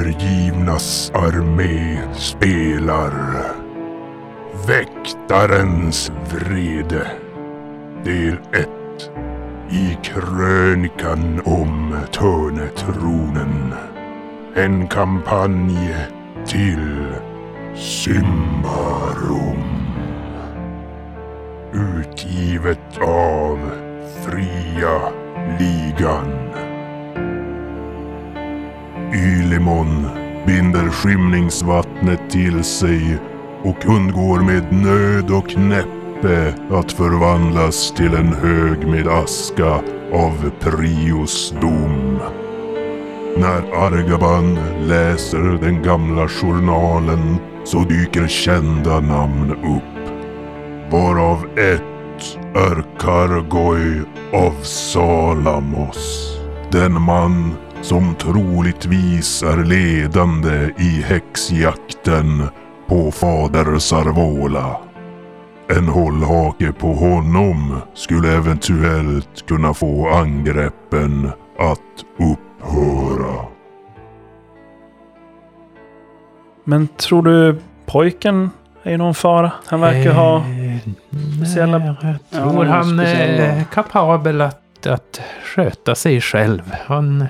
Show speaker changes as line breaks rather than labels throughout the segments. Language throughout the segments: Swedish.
övergivnas armé spelar Väktarens vrede Del 1 I krönikan om Törnetronen En kampanj till Symbarum Utgivet av Fria Ligan Ylimon binder skymningsvattnet till sig och undgår med nöd och näppe att förvandlas till en hög med aska av Prios dom. När Argaban läser den gamla journalen så dyker kända namn upp. Varav ett är Kargoj av Salamos. Den man som troligtvis är ledande i häxjakten på fader Sarvola. En hållhake på honom skulle eventuellt kunna få angreppen att upphöra.
Men tror du pojken är i någon fara? Han verkar ha...
Eh.
speciella-
Eh, Nej, jag tror
Ja,
han
speciella-
är kapabel att, att sköta sig själv. Han,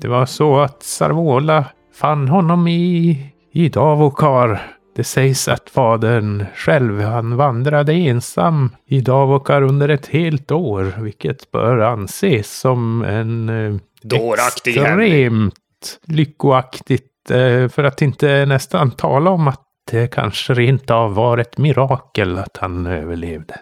det var så att Sarvola fann honom i, i Davokar. Det sägs att fadern själv, han vandrade ensam i Davokar under ett helt år, vilket bör anses som en eh,
Dåraktig Henry.
extremt lyckoaktigt, eh, för att inte nästan tala om att det kanske rent av var ett mirakel att han överlevde.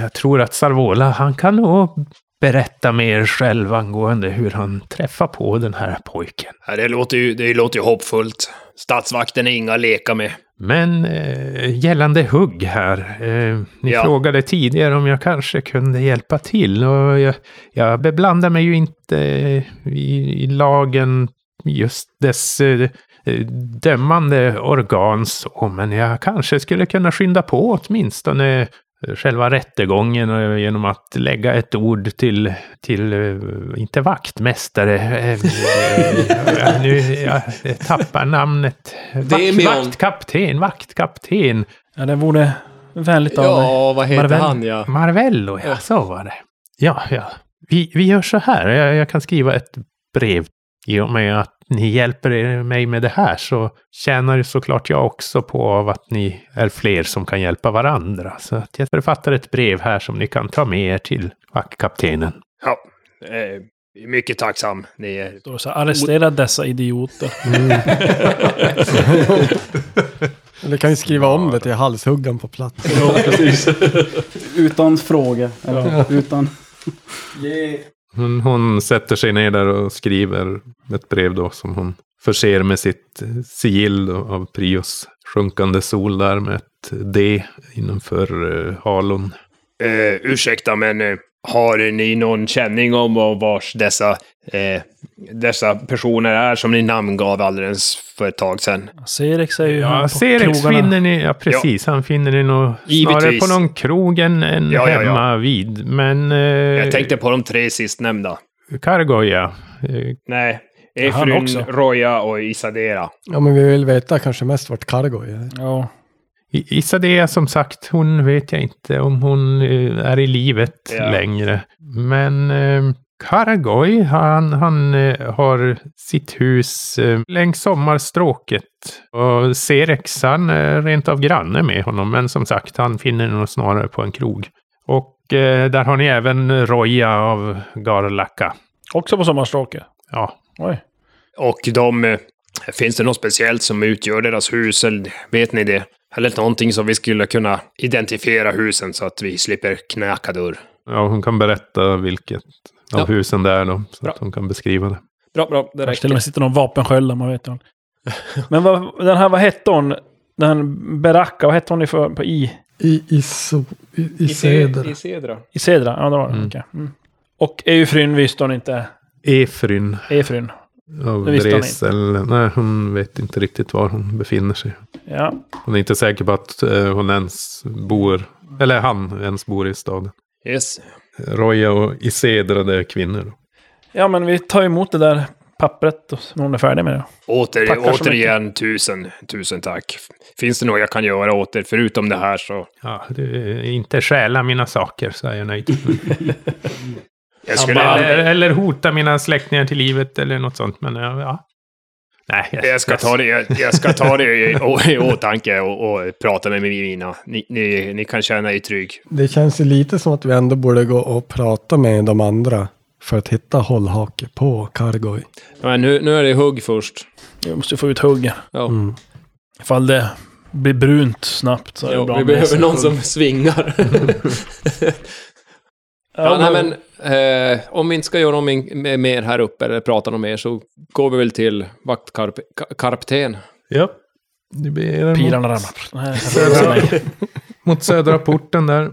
Jag tror att Sarvola, han kan nog berätta mer själv angående hur han träffar på den här pojken.
Ja, det, låter ju, det låter ju hoppfullt. Statsvakten är inga att leka med.
Men eh, gällande hugg här. Eh, ni
Ja.
frågade tidigare om jag kanske kunde hjälpa till. Och jag, jag beblandar mig ju inte eh, i, i lagen just dess eh, eh, dömande organ så. Men jag kanske skulle kunna skynda på åtminstone själva rättegången eh, genom att lägga ett ord till, till eh, inte vaktmästare, eh, eh, nu jag tappar namnet.
Demion.
Vakt, vaktkapten, vaktkapten.
Ja, det vore vänligt av dig.
Ja, vad heter
Marvel.
han ja?
Marvello, ja, så var det. Ja, ja. Vi, vi gör så här, jag, jag kan skriva ett brev. I och med att ni hjälper er- mig med det här så tjänar ju såklart jag också på av att ni är fler som kan hjälpa varandra. Så att jag författar ett brev här som ni kan ta med er till vaktkaptenen.
Ja, eh, mycket tacksam. Ni är...
Då så här, arrestera dessa idioter.
Eller kan ju skriva om det till halshuggan på plats.
Utan fråga. Eller, utan...
Hon, hon sätter sig ner där och skriver ett brev då som hon förser med sitt sigill då av Prios sjunkande sol där med ett D innanför eh, halon.
Eh, ursäkta, men eh, har ni någon känning om var- vars dessa, eh, dessa personer är som ni namngav alldeles för ett tag sedan?
Serix är ju han
Ja,
på
Serex
krogarna.
finner ni, ja precis, han finner ni nog
Givetvis.
snarare på någon krog än, än
Ja, ja, ja.
hemma vid. Men... Eh,
Jag tänkte på de tre sistnämnda.
Kargoja. Eh,
Nej,
han
Efrun,
också.
Roja och Isadera.
Ja, men vi vill veta kanske mest vart Cargo är.
Ja.
I- Isadea som sagt, hon vet jag inte om hon eh, är i livet
Ja.
längre. Men eh, Karagoj, han, han eh, har sitt hus eh, längs sommarstråket. Och Serex, han är rent av granne med honom. Men som sagt, han finner nog snarare på en krog. Och eh, där har ni även Roja av Garlaka.
Också på sommarstråket.
Ja,
Oj.
Och de... eh, Finns det något speciellt som utgör deras hus? Eller vet ni det? Eller någonting som vi skulle kunna identifiera husen så att vi slipper knäcka dörr.
ja hon kan berätta vilket av
Ja.
husen det är då. Så
Bra.
att hon kan beskriva det.
Bra, bra.
Kanske
Det
till och
räcker.
med sitter någon vapensköld där, man vet ju Men vad, den här, vad hette hon? Den här Beracka, vad hette hon i, för, på I?
I, i, so, i, i Seder.
I Sedra? Ja, det var det.
Mm.
Okej. Mm. Och Eufryn visste hon inte.
Efryn
Efryn.
av
Det visste han
Dresel. Nej, hon vet inte riktigt var hon befinner sig.
Ja.
Hon är inte säker på att eh, hon ens bor, eller han ens bor i staden.
Yes.
Roja och Isedra, det är kvinnor.
ja, men vi tar emot det där pappret och- när hon är färdig med det.
Åter,
Tackar så
återigen tusen, tusen tack. Finns det något jag kan göra åt er förutom det här så...
Ja, du, eh, inte stjäla mina saker så är jag nöjd.
Jag skulle,
eller, eller hota mina släktingar till livet eller något sånt. Men ja, ja. Nej,
jag ska ta det, jag, jag ska ta det i, i, i åtanke och, och prata med mina. Ni, ni, ni kan känna er trygg.
Det känns ju lite som att vi ändå borde gå och prata med de andra för att hitta hållhake på Kargoj.
Men nu, nu är det hugg först.
Jag måste få ut huggen.
Ja.
Mm.
Ifall det blir brunt snabbt så är det bra.
vi
med sig.
behöver någon som svingar. ja, nej, men, eh, om vi inte ska göra någonting med- mer här uppe eller prata något mer så går vi väl till vaktkarpten.
Ja. Det blir mot,
Pilarna ramlar. Nej,
södra, mot södra porten där.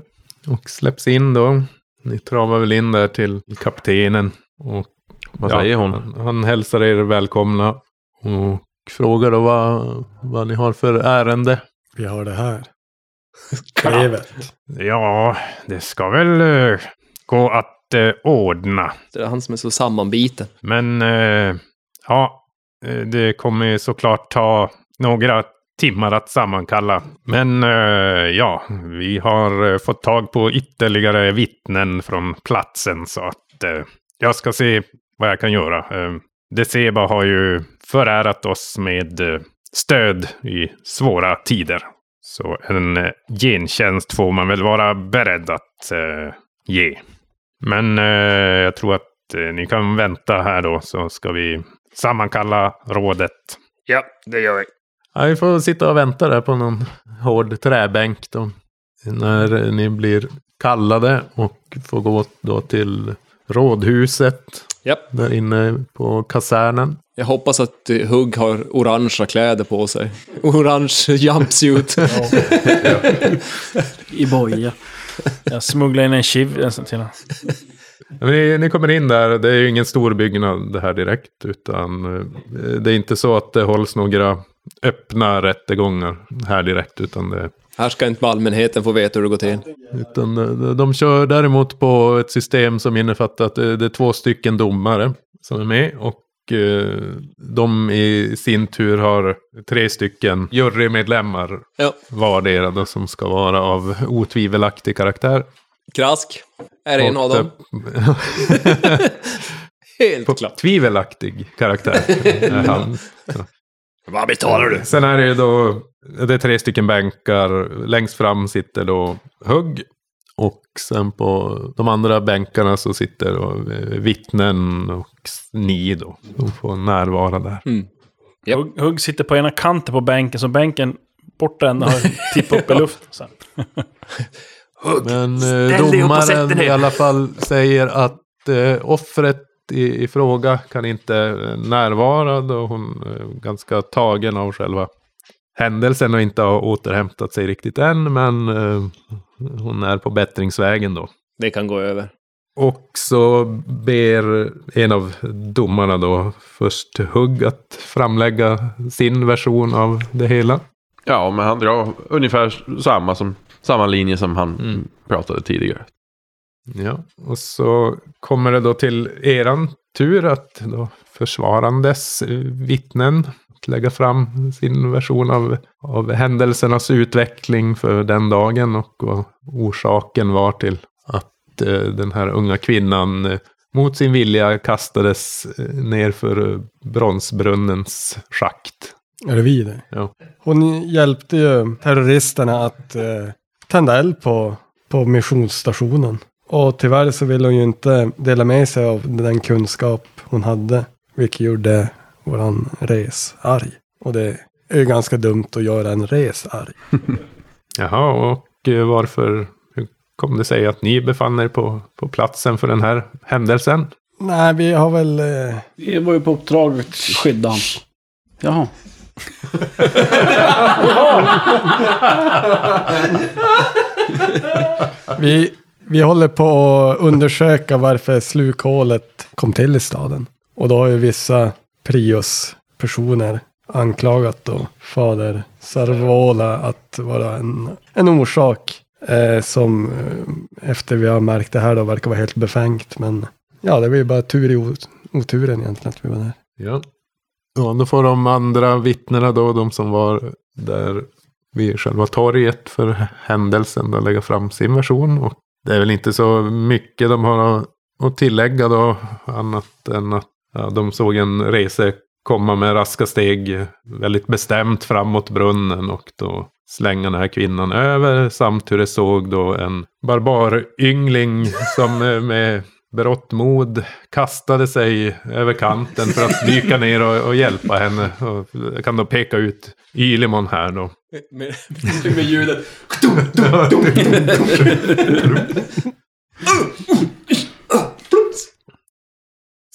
Och släpps in då. Ni travar väl in där till kaptenen. Och
Vad
Ja,
säger hon?
Han, han hälsar er välkomna. Och frågar då vad, vad ni har för ärende.
Vi har det här. Brevet.
Ja, det ska väl eh, gå att eh, ordna.
Det är han som är så sammanbiten.
Men eh, ja, eh, det kommer ju såklart ta några timmar att sammankalla. Men eh, ja, vi har eh, fått tag på ytterligare vittnen från platsen så att eh, jag ska se vad jag kan göra. Eh, Deceba har ju förärat oss med eh, stöd i svåra tider. Så en eh, gentjänst får man väl vara beredd att eh, ge. Men eh, jag tror att eh, ni kan vänta här då så ska vi sammankalla rådet.
Ja, det gör vi.
Ja, vi får sitta och vänta där på någon hård träbänk då. När ni blir kallade och får gå då till rådhuset
Japp.
där inne på kasernen.
Jag hoppas att eh, Hugg har orangea kläder på sig. Orange jumpsuit.
I boja.
Jag smugglar in en kiv en sån till honom.
Ja, men Ni, ni kommer in där, det är ju ingen stor byggnad det här direkt. Utan eh, det är inte så att det hålls några öppna rättegångar här direkt. Utan det
Här ska inte allmänheten få veta hur det går till.
Utan eh, de kör däremot på ett system som innefattar att eh, det är två stycken domare som är med. Och eh, de i sin tur har tre stycken jurymedlemmar
Ja.
vardera då, som ska vara av otvivelaktig karaktär.
Krask. Är det en av
Och, eh,
dem?
eh,
Helt
på
klart.
tvivelaktig karaktär. är han.
Vad betalar du?
Sen är det ju då, det är tre stycken bänkar. Längst fram sitter då Hugg. Och sen på de andra bänkarna så sitter då eh, vittnen och s- ni då. De får närvara där.
Japp.
Hugg, hugg sitter på ena kanten på bänken, så bänken borta änden har tippat upp i luften. sen.
Men eh,
dig upp och sätt dig
domaren
ner.
i alla fall säger att eh, offret i, i fråga kan inte eh, närvara då hon är ganska tagen av själva händelsen och inte har återhämtat sig riktigt än. Men eh, hon är på bättringsvägen då.
Det kan gå över.
Och så ber en av domarna då först Hugg att framlägga sin version av det hela.
Ja, men han drar ungefär samma, som, samma linje som han
Mm.
pratade tidigare.
Ja, och så kommer det då till eran tur att då försvarandes eh, vittnen att lägga fram sin version av, av händelsernas utveckling för den dagen och vad orsaken var till att eh, den här unga kvinnan eh, mot sin vilja kastades eh, ner för eh, bronsbrunnens schakt.
Är det vi det?
Ja.
Hon hjälpte ju terroristerna att eh, tända eld på, på missionsstationen. Och tyvärr så ville hon ju inte dela med sig av den kunskap hon hade. Vilket gjorde våran res arg. Och det är ju ganska dumt att göra en res arg.
Jaha, och eh, varför hur kom det sig att ni befann er på, på platsen för den här händelsen?
Nej, vi har väl... Eh,
Vi var ju på uppdrag att skydda honom. Jaha.
vi, vi håller på att undersöka varför slukhålet kom till i staden. Och då har ju vissa Prius-personer anklagat då fader Sarvola att vara en, en orsak. Eh, som eh, efter vi har märkt det här då verkar vara helt befängt. Men ja, det var ju bara tur i o- oturen egentligen att vi var där.
Ja. ja, då får de andra vittnena då, de som var där vid själva torget för händelsen, då lägga fram sin version. Och det är väl inte så mycket de har att tillägga då, annat än att ja, de såg en rese komma med raska steg väldigt bestämt framåt brunnen och då slänga den här kvinnan över samt hur det såg då en barbaryngling som eh, med berått mod kastade sig över kanten för att dyka ner och, och hjälpa henne. Och jag kan då peka ut Ylimon här då.
Med, med ljudet.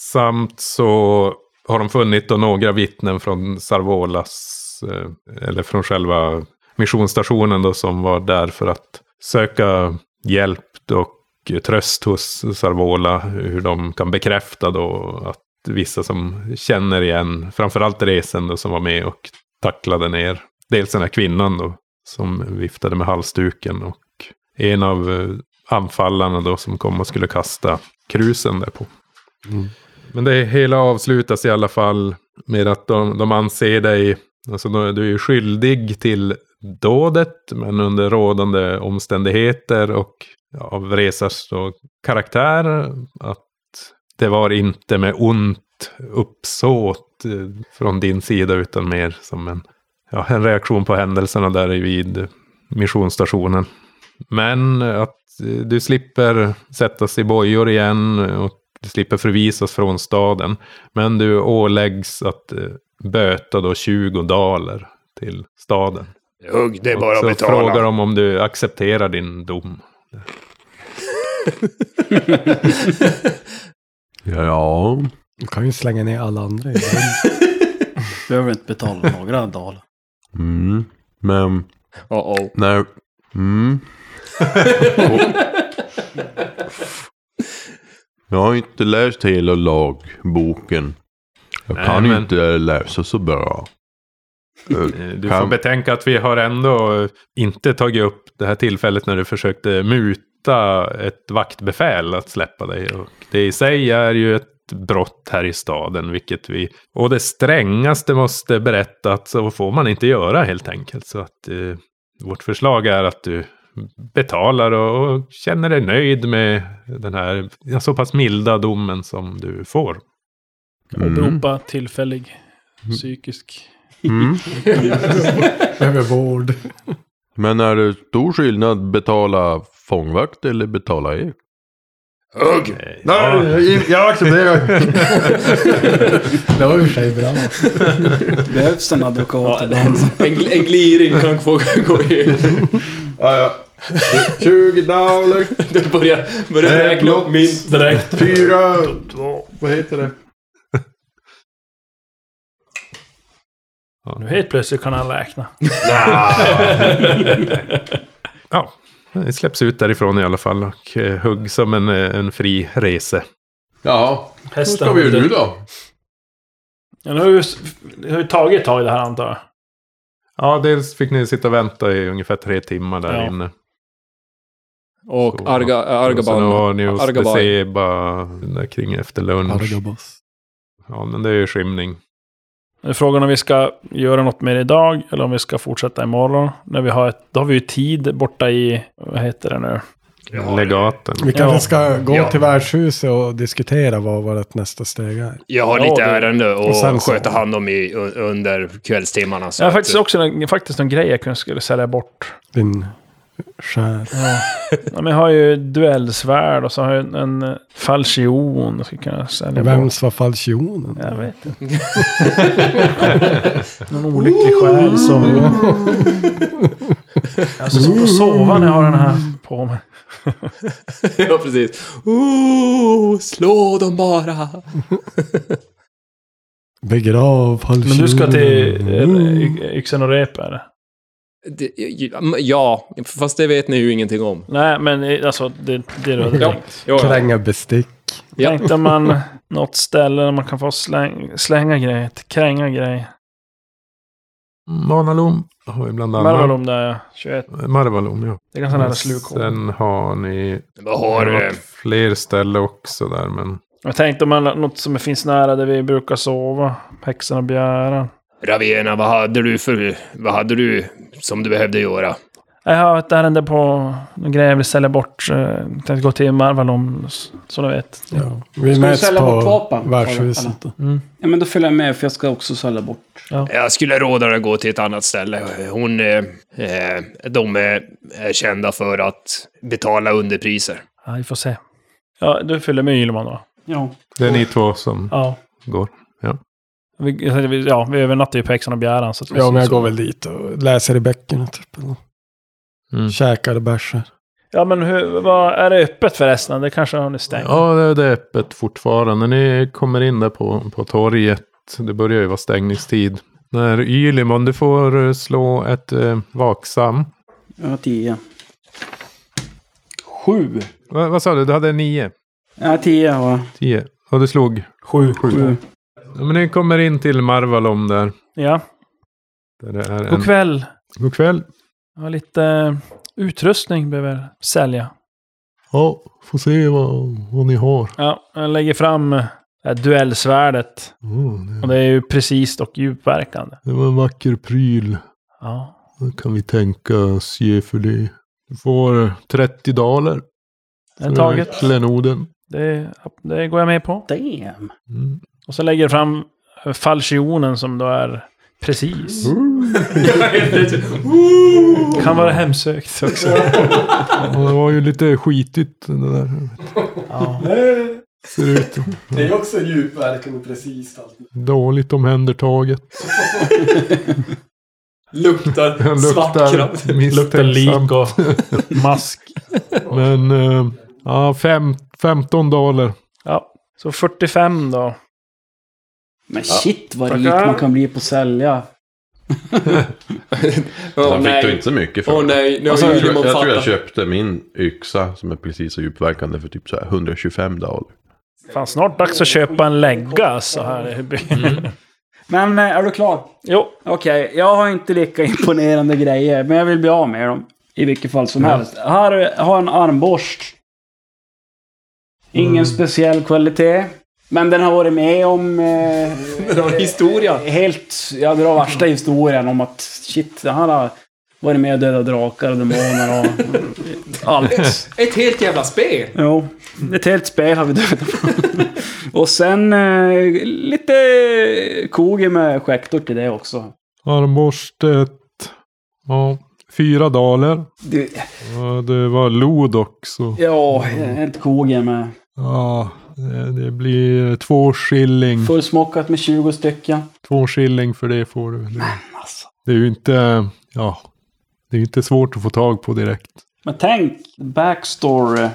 Samt så har de funnit då några vittnen från Sarvolas, eh, eller från själva missionsstationen då, som var där för att söka hjälp och tröst hos Sarvola, hur de kan bekräfta då att vissa som känner igen, framförallt resen då, som var med och tacklade ner, dels den här kvinnan då, som viftade med halsduken och en av eh, anfallarna då som kom och skulle kasta krusen där på. Men det hela avslutas i alla fall med att de, de anser dig, alltså de- du är ju skyldig till dådet, men under rådande omständigheter och av Resars då karaktär, att det var inte med ont uppsåt eh, från din sida, utan mer som en, ja, en reaktion på händelserna där vid missionsstationen. Men att eh, du slipper sättas i bojor igen och du slipper förvisas från staden. Men du åläggs att eh, böta då 20 daler till staden.
Hugg, det är bara
och
att
så
betala.
frågar de om du accepterar din dom.
Ja,
Du kan ju slänga ner alla andra i den.
Behöver inte betala några daler.
mm. men
Oh, oh.
när... Mm. Jag har inte läst hela lagboken. Jag
Nej,
kan
men-
inte läsa så bra. Eh,
Eh, Du får
Kan-
betänka att vi har ändå eh, inte tagit upp det här tillfället när du försökte muta ett vaktbefäl att släppa dig. Och det i sig är ju ett brott här i staden, vilket vi... Och det strängaste måste berätta att så får man inte göra helt enkelt. Så att eh, vårt förslag är att du betalar och, och känner dig nöjd med den här ja, så pass milda domen som du får.
Mm.
Åberopa tillfällig psykisk...
Mm.
Behöver vård.
Men är det stor skillnad betala fångvakt eller betala ek?
Hugg!
jag accepterar.
Det var i och för sig bra.
Behövs en advokat ibland?
En, gl- en gliring kan få gå in.
20 dollar,
Du börjar, börjar räkna upp mynt.
Direkt.
fyra... Vad heter det?
Nu helt plötsligt kan han räkna.
Ja, det släpps ut därifrån i alla fall och eh, hugg som en, eh, en fri rese.
Jaha, vad
Hästen
ska vi göra
hade-
nu då?
Ja, nu har vi, det har ju tagit tag i det här antar jag.
Ja, dels fick ni sitta och vänta i ungefär tre timmar där
Ja.
inne.
Och
Så.
Arga,
Och Sen
Argaban.
var ni hos
Argaban.
Deceba där kring efter lunch.
Argabas.
Ja, men det är ju skymning.
Nu är frågan om vi ska göra något mer idag eller om vi ska fortsätta imorgon. När vi har ett, då har vi ju tid borta i, vad heter det nu?
Legaten.
Vi kanske
Ja.
ska gå
Ja.
till värdshuset och diskutera vad vårt nästa steg är.
Jag har
Ja,
lite
det-
ärende
och sen
att
så-
sköta hand om i, un- under kvällstimmarna. Så
Jag har
att-
faktiskt också en, faktiskt en grej jag kunde skulle sälja bort.
Din skär.
Ja, men jag har ju duellsvärd och så har jag en, en eh, falchion. Jag skulle kunna sälja bort.
Vems var falsionen?
Jag vet inte. Någon olycklig själ som... Alltså som får sova när jag har den här på mig.
ja, precis. Ooh, slå dem bara.
Begrav falsionen.
Men du ska till
Mm.
eh, y- Yxen och rep är det?
Det, ja, fast det vet ni ju ingenting om.
Nej, men eh, alltså det, det du hade
Ja.
tänkt.
Ja, ja.
Kränga bestick.
Ja.
Tänkte man något ställe där man kan få släng, slänga grejer, kränga grejer.
Manalom har vi bland annat.
Marvelom där jag 21.
Marvalom, ja.
Det är ganska nära slukhålet.
Sen har ni
Vad har
det har
eh,
varit fler ställen också där, men
Jag tänkte om man, något som finns nära där vi brukar sova. Häxan och bjäran.
Ravena, vad hade du för... Vad hade du som du behövde göra?
Jag har ett ärende på några grejer jag vill sälja bort. eh, Tänkte gå till Marvalom, s- så du vet.
Ja. Vi
Ska du
möts
sälja bort
på
vapen?
värdshuset.
Ja, men då följer jag med för jag ska också sälja bort.
Jag skulle råda dig att gå till ett annat ställe. Hon... eh, Eh, de är, är kända för att betala underpriser.
Ja, vi får se. Ja, du fyller med Yilman då?
Ja.
Det är ni två som
Ja.
går. Ja.
Vi, jag tänkte vi- ja, vi övernattar ju på Häxan och bjäran. Så att vi
Ja, men jag
så-
går väl dit och läser i böckerna typ. Eller.
Mm.
Käkar bärsar.
Ja, men hur, vad, är det öppet förresten? Det kanske har ni stängt?
Ja, det- det är öppet fortfarande. Ni kommer in där på, på torget. Det börjar ju vara stängningstid. När Ylimon, du får eh, slå ett eh, vaksam.
Jag har tio. Sju.
Va, vad sa du? Du hade nio?
Ja, tio har jag.
Tio? Och du slog?
Sju.
Sju.
Ja, men ni kommer in till Marvalom där.
Ja.
där det är en...
God kväll.
God kväll.
Jag har lite eh, utrustning behöver jag sälja.
Ja, får se vad, vad ni har.
Ja, jag lägger fram eh, det här duellsvärdet.
Mm, det,
Och det är ju precis och djupverkande.
det var en vacker pryl.
Ja.
Vad kan vi tänkas ge för det? Du får 30 daler.
Den
Mm.
taget.
Klenoden.
Det, det går jag med på.
Damn.
Mm.
Och så lägger jag fram eh, falsionen som då är precis. Kan vara hemsökt också.
Ja, det var ju lite skitigt det där.
Ja.
Ser ut
Det är också djupverkande precis allt.
dåligt omhändertaget.
Luktar
Den luktar
Luktar lik
misstänksamt.
och...
Mask.
Men eh, ja, fem, 15 daler.
Ja. Så 45 då.
Men shit vad rik
Tackar.
man kan bli på att sälja.
Den
Åh
fick du
nej.
inte så mycket för.
Åh nej, nu
Jag, tror
har
jag, jag
Ylimon
tror jag
fattat.
köpte min yxa som är precis så djupverkande för typ så här 125 daler.
Fan, snart dags att köpa en lägga så här i byn.
Men eh, är du klar?
Jo,
Okej, jag har inte lika imponerande grejer, men jag vill bli av med dem. I vilket fall som
Mm.
helst. Här har jag en armborst.
Mm.
Ingen speciell kvalitet. Men den har varit med om... Eh,
Den har historia.
Helt... Jag drar värsta historien om att shit, den här har varit med och dödat drakar och demoner och allt.
Ett helt jävla spel!
Jo, ett helt spel har vi dödat Och sen eh, lite kogi med skäktor till det också.
Armborstet. Ja, fyra daler.
Du,
Ja, det var lod också.
ja, ett kogi med
Ja, det- det blir två skilling.
fullsmockat med 20 stycken.
Två skilling för det får du. Det, det är ju inte, ja, det är ju inte svårt att få tag på direkt.
Men tänk, backstory.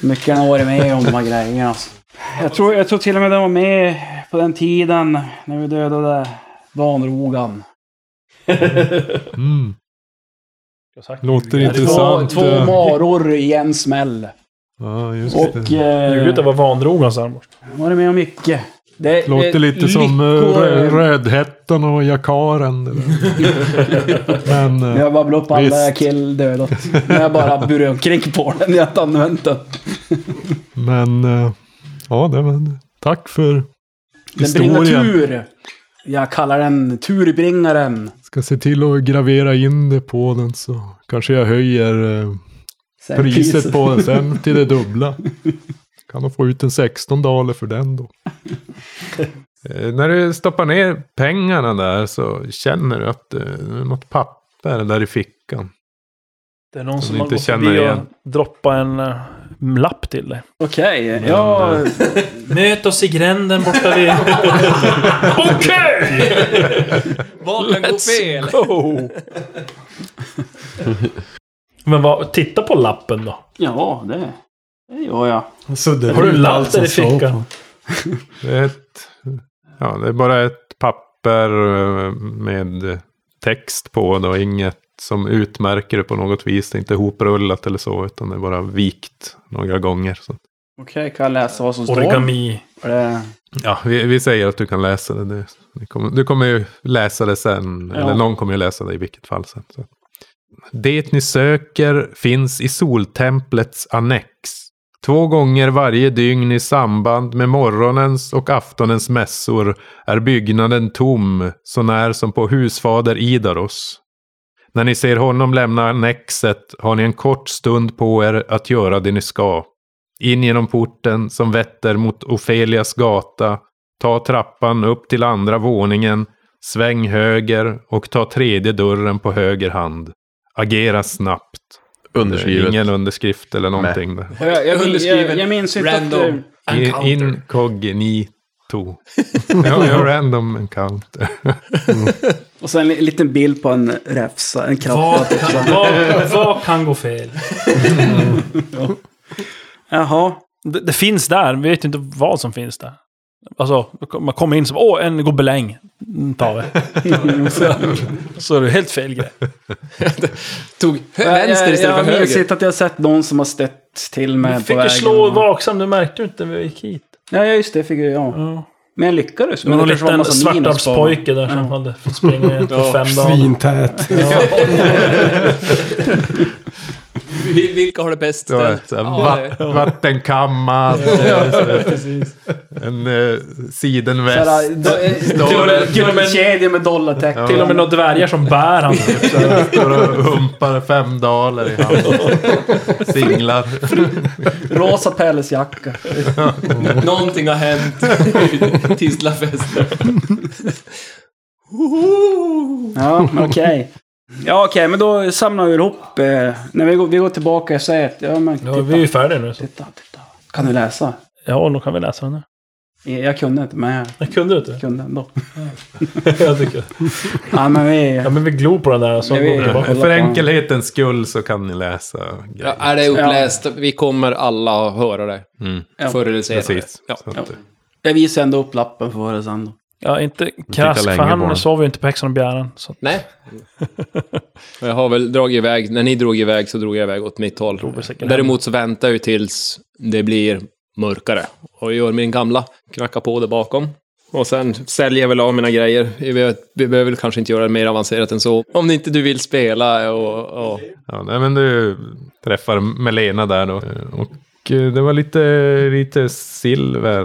Hur mycket han har varit med om de här grejerna. Alltså. Jag, tror, jag tror till och med den var med på den tiden när vi dödade Vanrogan.
Mm. Låter
Två,
intressant. eh.
två maror i en smäll.
Ja, just
Och...
det.
Eh,
Gud vad vantrogen så här bort.
var det med om mycket. Det,
Låter
det-
lite som eh,
lyckor-
Rö- Rödhättan och Jakaren. det där. Men
Jag
eh,
har babblat upp alla
Visst.
kill dödat. Men jag bara burit omkring på den. Jag har inte använt den.
men, eh, ja, det, men, tack för
Den bringar
historien.
tur. Jag kallar den turbringaren.
Ska se till att gravera in det på den så kanske jag höjer eh,
Sen
priset på den sen till det dubbla. Kan de få ut en 16 daler för den då. Eh, När du stoppar ner pengarna där så känner du att eh, det är något papper där i fickan.
Det är någon
Som
som
ni
har
inte
gått
känner
förbi och
igen.
droppat en eh, lapp till dig.
Okej, ja.
Möt oss i gränden borta vid... Okej!
Vad kan gå fel?
Go! Oh. Men vad, titta på lappen då.
Ja, det, det gör jag.
Alltså,
Har du en lapp där i fickan?
Det är, ett, ja, det är bara ett papper eh, med text på då. Inget som utmärker det på något vis. Det är inte hoprullat eller så utan det är bara vikt några gånger. Så.
Okej, kan jag läsa vad som står?
Origami.
Är det-
Ja, vi, vi säger att du kan läsa det. Du, du, kommer, du kommer ju läsa det sen.
Ja.
Eller någon kommer ju läsa det i vilket fall sen. Så. Det ni söker finns i soltemplets annex. Två gånger varje dygn i samband med morgonens och aftonens mässor är byggnaden tom, så när som på husfader Idaros. När ni ser honom lämna annexet har ni en kort stund på er att göra det ni ska. In genom porten som vetter mot Ofelias gata, ta trappan upp till andra våningen, sväng höger och ta tredje dörren på höger hand. Agera snabbt. Det är
Underskrivet.
Ingen underskrift eller någonting. där.
Jag, jag, min- jag,
Underskriven.
jag minns inte att...
Random.
eh,
I- Incognito. ja, ja, random encounter.
Och sen en li- liten bild på en räfsa, en kratta.
Vad kan, vad, vad kan gå fel?
Jaha.
Det, det finns där, vi vet ju inte vad som finns där. Alltså, man kommer in som åh, en gobeläng. Mm, tar vi. Så är det helt fel grej.
Tog hö- vänster istället
jag,
för
Jag minns
höger.
inte att jag har sett någon som har stött till
Du
mig på
fick
vägen.
ju slå vaksam, du märkte ju inte när vi gick hit.
Ja, ja, just det. Fick jag, ja.
Ja.
Men jag lyckades.
Det var
Men det
någon
kanske var en
liten
massa minus på honom.
svartabspojke där som hade fått springa ut på fem dagar.
Svintät.
Vi- Vilka har det bäst
Det var
ställt?
ett, så här,
Ja, det-
vatt, vattenkammad. en eh, sidenväst.
Såhär, då- eh,
och med- till och med-
Guldkedjor med dollartecken.
Till och med några dvärgar som bär han.
Står och humpar fem daler i handen. Singlar.
Rosa pälsjacka.
Någonting har hänt vid Tislafesten.
Ja, men okej. Ja, okej, men då samlar vi ihop. Eh, när vi går, vi går tillbaka och säger att... Ja, men titta.
Ja, vi är ju färdiga nu. Så.
titta, titta. Kan du läsa?
Ja, nu kan vi läsa den här.
Jag jag kunde inte, men jag
Jag kunde du inte?
kunde ändå.
Jag tycker.
Ja, men vi...
Ja, men vi glor på den där och så
Ja,
går
vi-
vi tillbaka.
För enkelhetens skull så kan ni läsa.
Ja,
grejer.
är det uppläst? Vi kommer alla höra det.
Mm.
Ja.
Förr eller senare.
Precis.
Ja.
Så att, eh,
Jag visar ändå upp lappen för det sen då.
Ja, inte krask,
länge
för
på den.
han sover ju inte på häxan och bjäran. Så.
Nej. Jag har väl dragit iväg, när ni drog iväg så drog jag iväg åt mitt håll.
vi säkert hem.
Däremot så väntar jag ju tills det blir mörkare. Och jag gör min gamla, knackar på där bakom. Och sen säljer jag väl av mina grejer. Vi behöver- Vi behöver väl kanske inte göra det mer avancerat än så. Om inte du vill spela och... och
Ja, nej, men du träffar Melena där då. Och eh, det var lite, lite silver,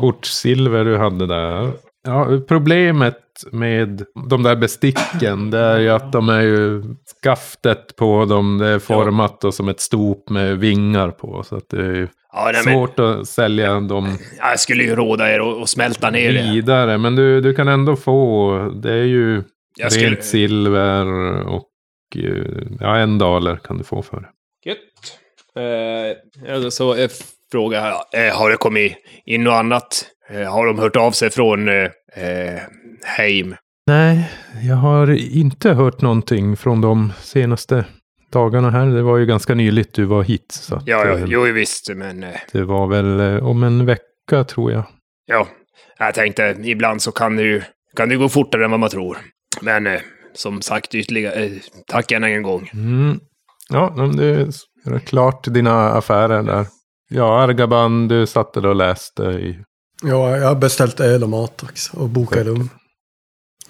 bortsilver du hade där. Ja, problemet med de där besticken, det är ju att de är ju skaftet på dem, det är format då, som ett stop med vingar på. Så att det är ju
Ja, nej, men,
svårt att sälja dem
jag skulle ju råda er att, att smälta ner det.
vidare. Men du, du kan ändå få, det är ju
Jag skulle-
rent silver och eh, ja, en daler kan du få för det.
Gött. Eh, så jag frågar här.
Eh, har det kommit in något annat? Eh, har de hört av sig från eh,
Mm.
eh, Heim?
Nej, jag har inte hört någonting från de senaste dagarna här. Det var ju ganska nyligt du var hit. Så att,
Ja, ja,
eh,
jo visst, men eh,
Det var väl eh, om en vecka tror jag.
ja. Jag tänkte, ibland så kan det ju kan det gå fortare än vad man tror. Men eh, som sagt, ytterligare, eh, tack än en gång.
Mm. Ja, men du gör klart dina affärer där. Ja, Argaban, du satt där och läste i...
Ja, jag har beställt öl och mat också och bokat rum.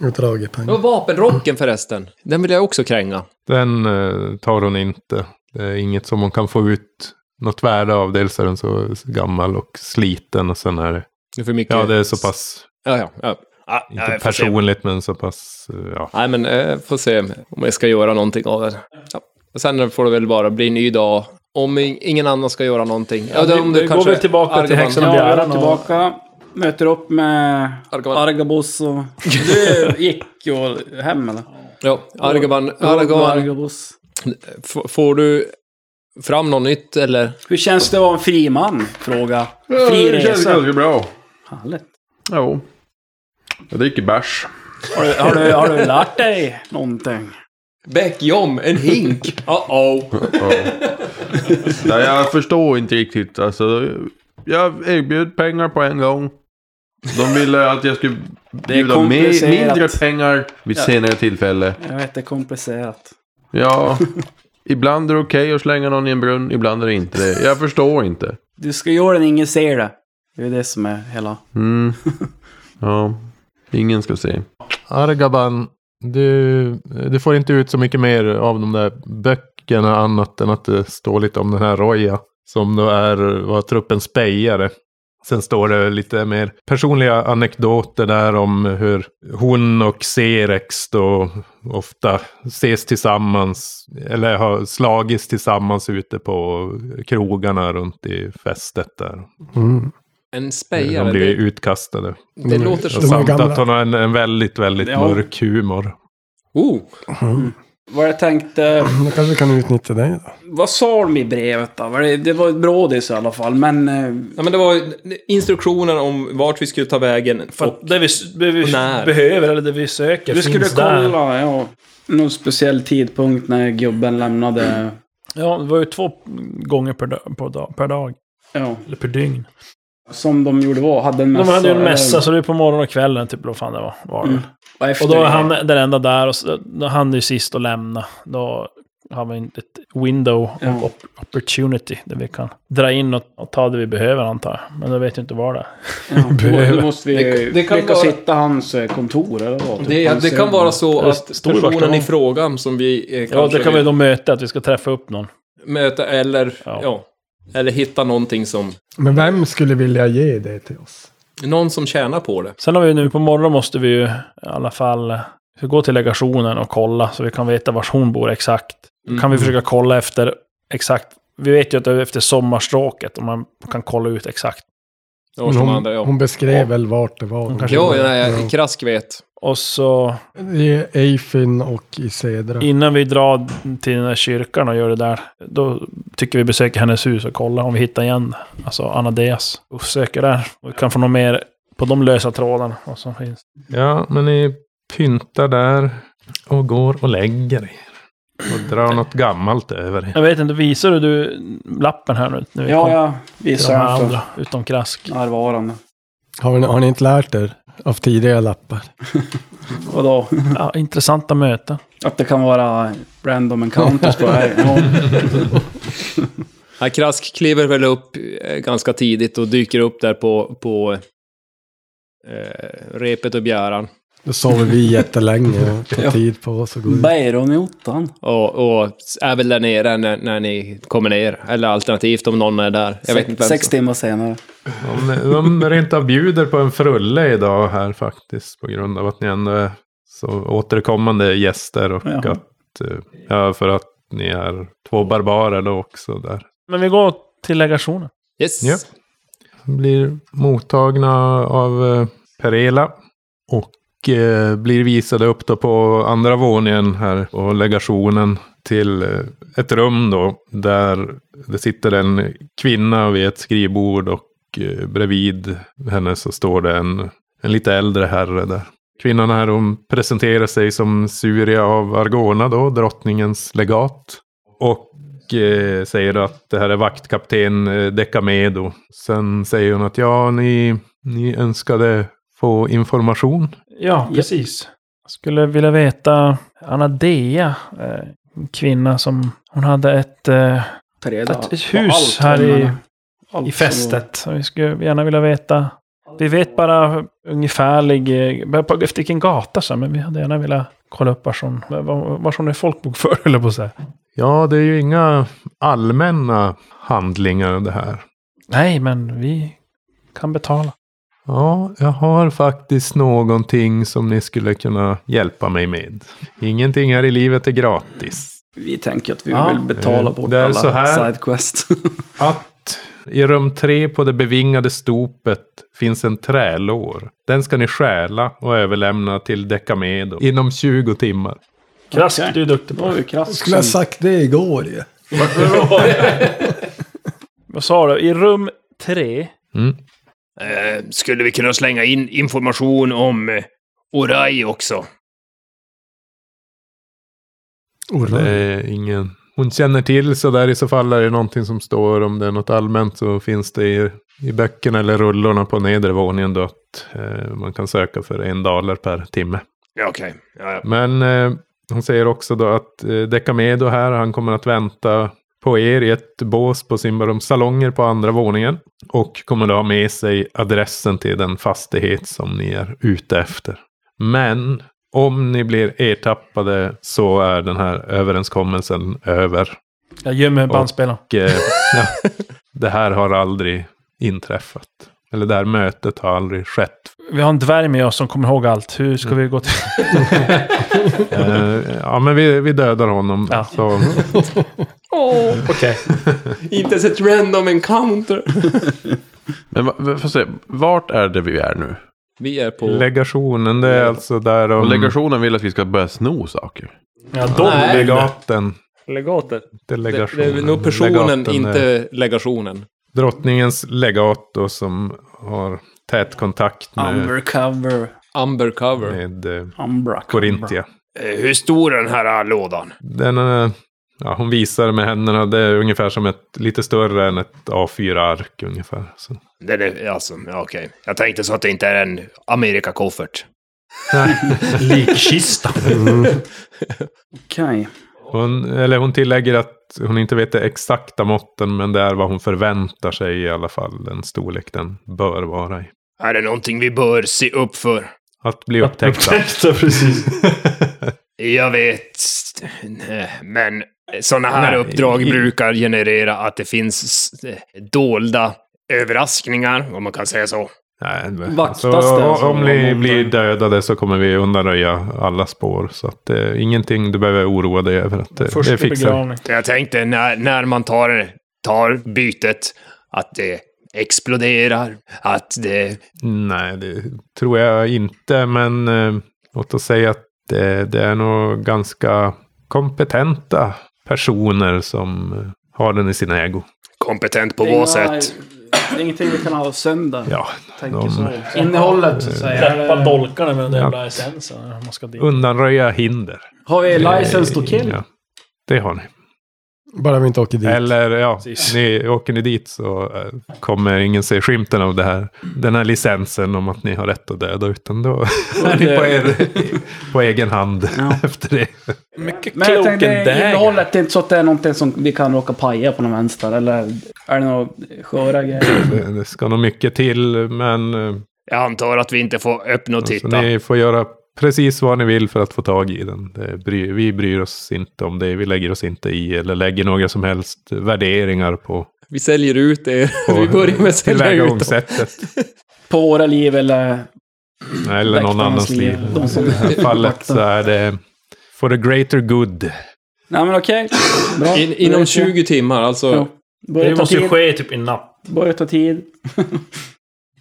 Och dragit
Det var
pengar.
vapenrocken förresten. Den vill jag också kränga.
Den eh, tar hon inte. Det är inget som hon kan få ut något värde av. Dels är den så gammal och sliten och sen är det...
Det är för mycket.
Ja, det är så pass...
Ja, ja, ja.
Ah, ja,
Inte
jag får se.
personligt, men så pass... eh, Ja.
Nej, men eh, får se om jag ska göra någonting av det. Ja. Och Sen får det väl bara bli ny dag. Om i- ingen annan ska göra någonting. Ja, det, om
vi går väl tillbaka till
Argoban-
häxan och
Ja,
bjäran.
Ja, jag
Bjäran
är
och-
tillbaka. Möter upp med
Argoban.
Argabos och... Du gick ju hem eller?
ja, Argoban, Argoban,
Argabos.
f- får du fram något nytt eller?
Hur känns det att vara en fri man? Fråga. Fri
det känns
resa.
ganska bra.
Härligt.
Jo. Jag dricker bärs.
Har du, har, du, har du lärt dig någonting?
Bäckjom, en hink! Uh-oh!
Nej, jag förstår inte riktigt. Alltså, jag erbjöd pengar på en gång. De ville att jag skulle bjuda me-
komplicerat.
mindre pengar vid senare tillfälle.
Jag vet, det är komplicerat.
Ja, ibland är det okej att slänga någon i en brunn, ibland är det inte det. Jag förstår inte.
Du ska göra det när ingen ser det. Det är det som är hela...
Mm. Ja, ingen ska se.
Argaban, du, du får inte ut så mycket mer av de där böckerna annat än att det står lite om den här Roja Som då är, var truppens spejare. Sen står det lite mer personliga anekdoter där om hur hon och Serex då ofta ses tillsammans. Eller har slagits tillsammans ute på krogarna runt i fästet där.
Mm.
En
Hur de
spejare,
blir
det,
utkastade.
det låter
Och
som...
De är
samt
gamla.
att hon har en, en väldigt, väldigt
Ja.
mörk humor.
Oh,
Vad jag tänkte...
Då kanske vi kan utnyttja dig då.
Vad sa de i brevet då? Var det, det var ett brådis i alla fall, men... eh,
ja, men det var instruktioner om vart vi skulle ta vägen.
För
Och,
att det vi, s- det vi
och när?
behöver, eller det vi söker,
Vi skulle
finns där.
kolla, ja. Någon speciell tidpunkt när gubben lämnade...
Ja, det var ju två gånger per dag, på dag, per dag
Ja,
eller per dygn.
som de gjorde var. Hade en
De
mässa.
hade ju en mässa,
eller-
så det är på morgonen och kvällen, typ, då fan det var. var det.
Mm. Och, efter
Och då är
det-
han den enda där, och så, då är han är ju sist att lämna. Då har vi ett window of
Ja.
op- opportunity, där vi kan dra in och, och ta det vi behöver, antar jag. Men då vet jag inte var det är.
Ja, då, då måste vi
Det-
det,
det kan
lyckas
vara-
hitta hans eh, kontor eller vad. typ
det,
hans
det kan
rum.
vara så att
Stor vart
personen
det
i
var.
frågan som vi eh,
Ja, det
kanske
kan vi
vill
då möta, att vi ska träffa upp någon.
möta eller... Ja.
Ja.
eller hitta någonting som...
Men vem skulle vilja ge det till oss?
Någon som tjänar på det.
Sen har vi ju nu på morgonen måste vi ju i alla fall eh, gå till legationen och kolla så vi kan veta var hon bor exakt. Då
Mm.
kan vi försöka kolla efter exakt. Vi vet ju att det är efter sommarstråket och man kan kolla ut exakt.
Det var
Men
som
Hon,
andra, ja. Mm.
hon beskrev väl vart det var.
Hon
Hon
kanske-
Ja, nej, Krask vet.
Och så
I Eifin och i Sedra.
innan vi drar till den här kyrkan och gör det där, då tycker vi besöker hennes hus och kolla om vi hittar igen, alltså Anadeas. Och söker där. Och kan få något mer på de lösa trådarna vad som finns.
Ja, men ni pyntar där och går och lägger er. Och drar något gammalt över er.
Jag vet inte, visar du lappen här nu? När vi
Ja,
kom
jag
till
visar
de här
han för
andra, utom Krask.
närvarande.
Har ni, har ni inte lärt er av tidigare lappar?
Vadå?
Ja, intressanta möten.
Att det kan vara random encounters på det här. Ja.
Nej, Krask kliver väl upp eh, ganska tidigt och dyker upp där på, på eh, repet och bjäran.
Då sover vi jättelänge och tar tid på oss och går ut.
Beiron i ottan.
Och, och är väl där nere när, när ni kommer ner. Eller alternativt om någon är där. Jag vet inte vem
Sex
som...
timmar senare.
De, de rent av bjuder på en frulle idag här faktiskt. På grund av att ni ändå är så återkommande gäster. Och
Jaha.
att, eh, ja, för att ni är två barbarer då också där.
Men vi går till legationen.
Yes.
Ja. Blir mottagna av eh, Perela. Och eh, blir visade upp då på andra våningen här på legationen. Till eh, ett rum då. Där det sitter en kvinna vid ett skrivbord. Och eh, bredvid henne så står det en, en lite äldre herre där. Kvinnan här hon presenterar sig som Syria av Argona då. Drottningens legat. Och och eh, säger att det här är vaktkapten eh, Decamedo. Sen säger hon att ja, ni, ni önskade få information.
Ja, precis. Jag skulle vilja veta Anadea, eh, en kvinna som... Hon hade ett, eh,
Ta reda
ett,
på
ett hus
allt
här
om
i,
henne. Allt
i
som-
fästet. Så vi skulle gärna vilja veta... Vi vet bara ungefärlig... eh, bara på- Efter vilken gata så, men vi hade gärna velat kolla upp vars hon, var vars hon är folkbokförd, eller på att säga.
Ja, det är ju inga allmänna handlingar det här.
Nej, men vi kan betala.
Ja, jag har faktiskt någonting som ni skulle kunna hjälpa mig med. Ingenting här i livet är gratis.
Vi tänker att vi
Ja.
vill betala
Eh,
bort
det är
alla
så här.
sidequest.
Att i rum tre på det bevingade stopet finns en trälår. Den ska ni stjäla och överlämna till Decamedo inom 20 timmar.
Krask,
Okej.
du är duktig på
Då är
det.
ju krask
Skulle ha
som-
sagt det igår ju.
Vad sa du? I rum tre?
Mm.
Eh, skulle vi kunna slänga in information om eh, Orai också?
Det är ingen... Hon känner till så där i så fall är det någonting som står om det är något allmänt så finns det i, i böckerna eller rullorna på nedre våningen då att eh, man kan söka för en daler per timme.
Ja, okej. Ja, ja.
Men eh, hon säger också då att eh, Decamedo här, han kommer att vänta på er i ett bås på Simbarums salonger på andra våningen. Och kommer då ha med sig adressen till den fastighet som ni är ute efter. Men om ni blir ertappade så är den här överenskommelsen över.
Jag gömmer bandspelaren.
Och, eh, ja, det här har aldrig inträffat. Eller det här mötet har aldrig skett.
Vi har en dvärg med oss som kommer ihåg allt. Hur ska vi gå till...
Eh, ja, men vi, vi dödar honom.
Ja.
Så,
Okej. Inte ens ett random encounter.
Men va- va- får se, vart är det vi är nu?
Vi är på...
legationen, det är alltså där
Och
om
legationen vill att vi ska börja sno saker.
Ja, de
Nej.
vill det.
legaten.
Legaten. Det,
Delegationen.
det är nog personen,
Legaten är
inte legationen.
Drottningens legat då, som har tät kontakt med,
Undercover.
Undercover.
med eh,
Umbra.
Corinthia.
Eh, Hur stor är den här eh, lådan?
Den, eh, ja, hon visar med händerna, det är ungefär som ett, lite större än ett A4-ark ungefär. Så.
Den är, alltså, ja, okej. Jag tänkte så att det inte är en Amerikakoffert.
Likkista.
Okej.
Hon, eller hon tillägger att hon inte vet det exakta måtten, men det är vad hon förväntar sig i alla fall, den storlek den bör vara i.
Är det någonting vi bör se upp för?
Att bli upptäckta.
Upptäckta, precis.
Jag vet, nej, men sådana här
Nej,
uppdrag
i-
brukar generera att det finns s- eh, dolda överraskningar, om man kan säga så.
Nej, men-
Vaktas
alltså,
det alltså
om ni
om-
blir dödade så kommer vi undanröja alla spår. Så att eh, ingenting du behöver oroa dig över. Att, eh,
Första
det fixar vi.
begravning.
Jag tänkte när, när man tar, tar bytet, att det exploderar, att det...
Nej, det tror jag inte. Men eh, låt oss säga att det, det är nog ganska kompetenta personer som eh, har den i sin ägo.
Kompetent på vad sätt?
Det är ingenting vi kan ha sönder.
Ja,
tänker
de- Eh,
så. Innehållet så att
Täppa
Eh,
säga.
dolkarna med den där jävla essensen. Man ska dit.
undanröja hinder. Eh,
Har vi license to kill?
Ja, det har ni.
Bara vi inte åker dit.
Eller ja,
Precis.
ni, åker ni dit så eh, kommer ingen se skymten av det här, den här licensen om att ni har rätt att döda. Utan då är ni på, er, på egen hand
Ja.
efter det.
Mycket
Men jag
cloak and
tänkte
dagger.
innehållet, det är inte så att det är någonting som vi kan råka paja på någon vänster. Eller är det några sköra grejer?
Det, det ska nog mycket till, men eh,
Jag antar att vi inte får öppna och
så
titta.
Alltså, ni får göra precis vad ni vill för att få tag i den. Det bry, vi bryr oss inte om det, vi lägger oss inte i eller lägger några som helst värderingar på
Vi säljer ut er.
På-
Vi börjar med att sälja ut dem.
tillvägagångssättet.
På våra liv eller...
Eller någon
Väktarnas
annans
liv.
liv.
De som-
I det här fallet så är det for the greater good.
Nej men okej. Bra.
In, inom 20 timmar,
Ja.
alltså.
Börjar
Det
ta
måste ju
tid.
ske typ i natt.
Börjar ta tid.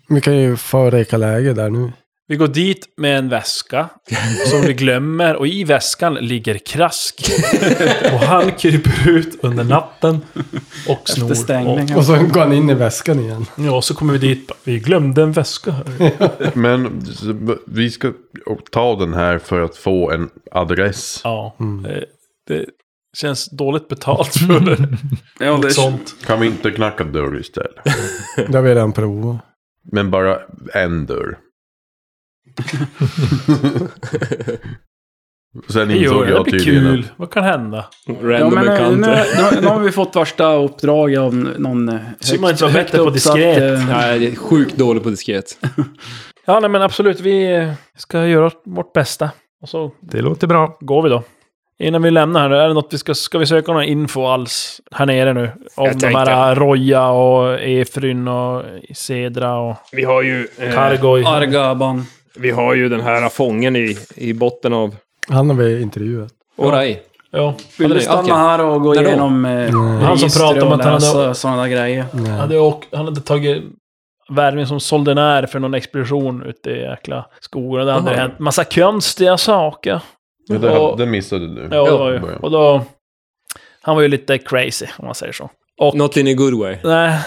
Vi kan ju föreka läge där nu.
Vi går dit med en väska som vi glömmer och i väskan ligger Krask. och han kryper ut under natten och snor.
Efter stängning.
Och så går han in i väskan igen.
Och, ja, så kommer vi dit. Vi glömde en väska här.
Men så, vi ska ta den här för att få en adress.
Ja.
Mm.
eh, Det känns dåligt betalt för det.
Ja,
Något sånt.
Kan vi inte knacka dörr istället?
Det har vi redan provat.
Men bara en dörr. Sen
Det gör
insåg
det. Det
jag
blir
tydligen att
kul. Vad kan hända?
Ja,
Random
men eh, nu, nu,
encounter.
nu, nu har vi fått värsta uppdrag av någon eh,
Ser man inte vara
högt
bättre på
uppsatt,
diskret?
eh,
Nej, jag är sjukt dålig på diskret.
Ja, nej men absolut. Vi eh, ska göra vårt bästa. Och så
Det låter bra.
går vi då. Innan vi lämnar här, är det något vi ska, ska vi söka någon info alls här nere nu? Om
Jag
de
tänkte-
här äh, Roja och Efryn och Sedra och
Vi har ju... eh,
Kargoj.
Argaban.
vi har ju den här fången i...
I botten av...
Han har vi intervjuat.
Orai.
Ja.
Vill du
Okej.
stanna här och gå
Där då?
igenom eh,
Han som
register
pratar om
och
att han hade-
läsa sådana där grejer?
Han hade, åkt, han hade tagit värvning som soldenär för någon expedition ute i jäkla skogen. Det hade
Jaha.
hänt massa konstiga saker.
Ja, det,
Och-
det missade du.
Ja, det var ju.
början.
Och då... Han var ju lite crazy, om man säger så.
Not in a good way.
Nej.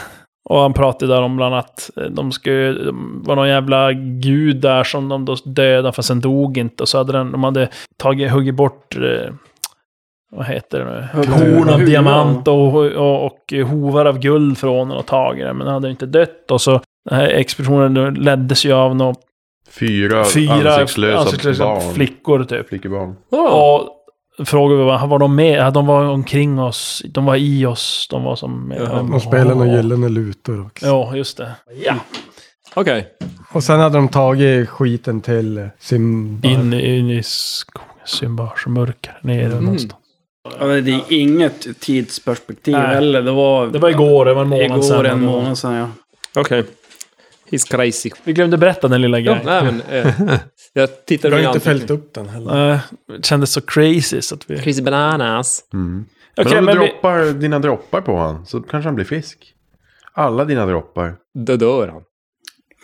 Och han pratade där om bland annat, eh, de skulle, de var någon jävla gud där som de då dödade, fast sen dog inte. Och så hade den, de hade tagit, huggit bort, eh, vad heter det nu?
Hugg-
Horn av
Huvud.
diamant och, och, och hovar av guld från den och tagit den, men den hade inte dött. Och så den här expeditionen leddes ju av några
Fyra,
fyra
ansiktslösa, barn.
flickor typ.
Flickebarn.
Och frågade vi vad var de med? Ja, De var omkring oss, de var i oss, de var som...
Jaha.
De spelar några gyllene lutor också.
Ja, just det. Ja.
Okej.
Och sen hade de tagit skiten till eh, sin...
Mm. In, in i skogen, Symbars mörker, nere någonstans.
Ja, men det är inget tidsperspektiv
Nej.
heller. Det var,
Det var igår, det var en månad
igår
sedan.
en månad sedan, ja.
Okej. He's crazy.
Vi glömde berätta den lilla
Ja,
grejen.
nej, men, eh, jag tittar
Jag
på
har
min
inte
anteckning.
följt upp den heller.
Nej, Eh, det kändes så crazy så att vi...
Crazy bananas.
Mm.
Okej,
men om du
men vi-
droppar dina droppar på han så kanske han blir frisk. Alla dina droppar.
Då dör han.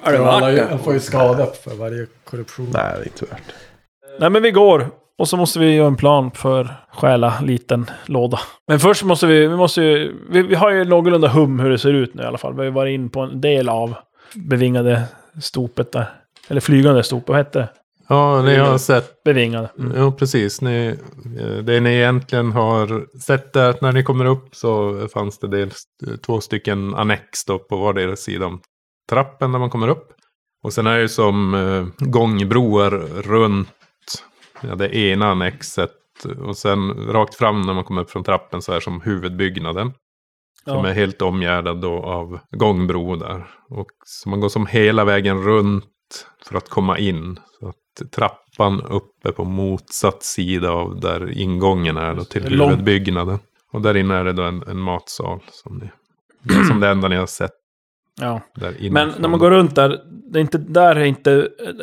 Är det
Ja, han har
värt
ju-
det?
Han får ju skada för varje korruption.
Nej, det är inte värt.
Nej, men vi går. Och så måste vi göra en plan för stjäla liten låda. Men först måste vi... Vi, måste ju, vi, vi har ju någorlunda hum hur det ser ut nu i alla fall. Vi har ju varit in på en del av bevingade stopet där. Eller flygande stopet, vad hette det?
Ja, ni har sett.
Bevingade. Mm.
Ja, precis. Ni, eh, det ni egentligen har sett är att när ni kommer upp så fanns det dels eh, två stycken annex då på vardera sida om trappen när man kommer upp. Och sen är det ju som eh, gångbroar runt ja, det ena annexet. Och sen rakt fram när man kommer upp från trappen så är det som huvudbyggnaden. Som
Ja.
är helt omgärdad då av gångbro där. Och så man går som hela vägen runt för att komma in. Så att trappan uppe på motsatt sida av där ingången är då till
det. Lång-
huvudbyggnaden. Och där inne är det då en, en matsal som, ni, det är som det enda ni har sett
ja.
där inne.
Men när man går runt där, det är inte, där är inte...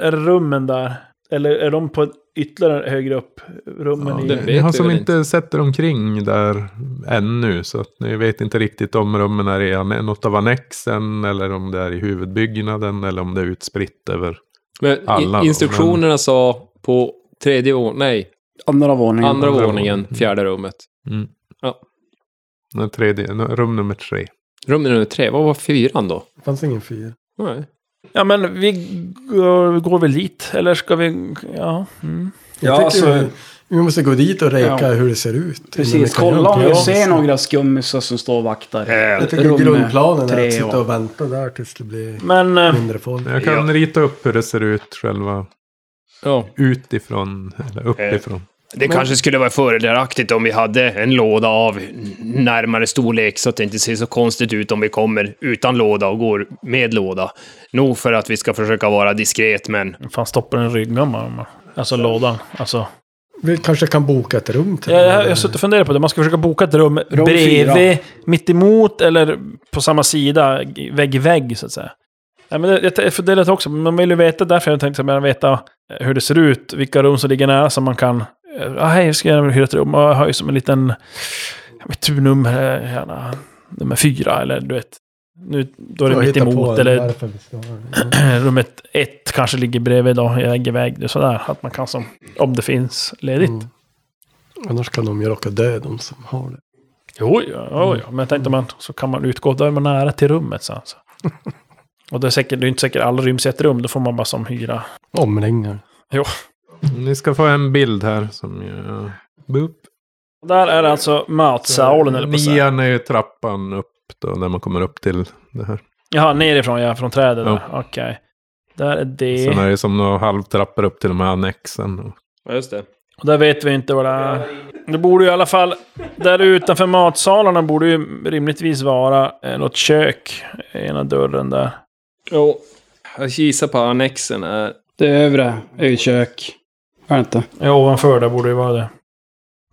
Är det rummen där? Eller är de på ytterligare högre upp? Rummen
Ja,
i...
det-
ni
vet
har
vi
som
väl
inte sett er omkring där ännu. Så att ni vet inte riktigt om rummen är i ane- något av annexen. Eller om det är i huvudbyggnaden. Eller om det är utspritt över
Men
Alla
i, instruktionerna sa på tredje våningen, nej,
Andra våningen.
andra
andra
våningen,
våningen.
fjärde rummet.
den tredje, rum nummer tre.
Rum nummer tre, vad var fyran då?
Det fanns ingen fyr.
Nej.
Ja, men vi går, går väl dit. Eller ska vi... Ja. Mm.
Jag
Ja,
tycker
alltså-
vi, vi måste gå dit och reka
Ja.
hur det ser ut.
Precis, kolla om vi ser några skummisar som står och
eh,
vaktar.
Jag
Rum
tycker grundplanen är
tre
att sitta
och-
och vänta där tills det blir
Men... eh,
mindre folk.
Jag kan rita upp hur det ser ut själva
Ja.
utifrån, eller uppifrån.
Det kanske skulle vara fördelaktigt om vi hade en låda av närmare storlek så att det inte ser så konstigt ut om vi kommer utan låda och går med låda. Nog för att vi ska försöka vara diskret, men
Fan, stoppar en ryggmamma. om man- Alltså lådan. Alltså.
Vi kanske kan boka ett rum till
Jag,
den
jag,
här.
jag har suttit och funderat på det. Man ska försöka boka ett rum,
Rum
bredvid, mitt emot eller på samma sida, g- vägg i vägg så att säga. Ja, men det, jag t- funderat också, men man vill ju veta, därför jag tänkte att man vill veta eh, hur det ser ut, vilka rum som ligger nära som man kan... eh, Ja, hej, jag ska gärna hyra ett rum. Och Jag har ju som en liten... ja, Mitt turnummer, eh, gärna nummer fyra eller du vet. Nu, då är det
Jag
mitt
hittar på
emot
det,
eller
därför vi ska ha det. Mm.
rummet ett kanske ligger bredvid då, vägg i vägg. det är Sådär, att man kan som, om det finns ledigt.
Mm. Annars kan de ju råka dö, de som har det.
Jo, ja, jo, ja. men jag tänkte man så kan man utgå, då är man nära till rummet sen. Så. Och det är, säkert, det är inte säkert alla ryms i ett rum, då får man bara som hyra.
Omringar.
Ni ska få en bild här som jag... Boop.
Och Där är det alltså matsalen, eller på att säga.
Nian är ju trappan upp då när man kommer upp till det här.
Jaha, nerifrån ja, från trädet där. Okej. Där är
Sen är
det.
det som några halvtrappor upp till de här annexen. och-
ja, just det.
Och där vet vi inte vad det är. Det borde ju i alla fall, där utanför matsalarna borde ju rimligtvis vara eh, något kök. Ena dörren där.
Jo, jag gissar på annexen är...
Det övre är ju kök. Är det inte?
Ja, ovanför där borde det vara det.